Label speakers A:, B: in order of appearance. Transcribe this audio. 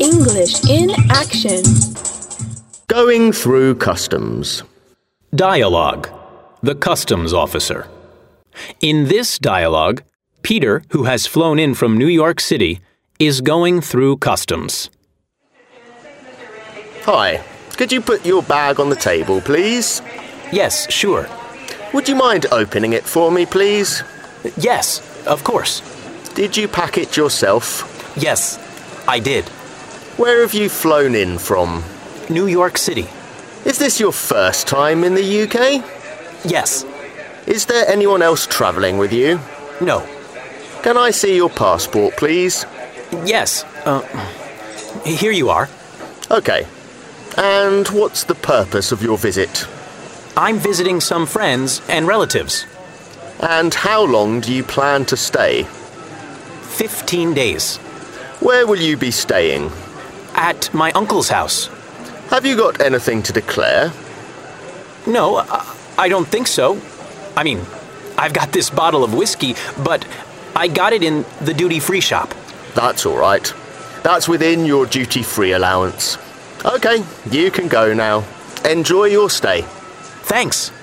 A: English in action.
B: Going through customs.
C: Dialogue The Customs Officer. In this dialogue, Peter, who has flown in from New York City, is going through customs.
B: Hi, could you put your bag on the table, please?
C: Yes, sure.
B: Would you mind opening it for me, please?
C: Yes, of course.
B: Did you pack it yourself?
C: Yes, I did.
B: Where have you flown in from?
C: New York City.
B: Is this your first time in the UK?
C: Yes.
B: Is there anyone else travelling with you?
C: No.
B: Can I see your passport, please?
C: Yes. Uh, here you are.
B: Okay. And what's the purpose of your visit?
C: I'm visiting some friends and relatives.
B: And how long do you plan to stay?
C: 15 days.
B: Where will you be staying?
C: At my uncle's house.
B: Have you got anything to declare?
C: No, I- I don't think so. I mean, I've got this bottle of whiskey, but I got it in the duty free shop.
B: That's all right. That's within your duty free allowance. Okay, you can go now. Enjoy your stay.
C: Thanks.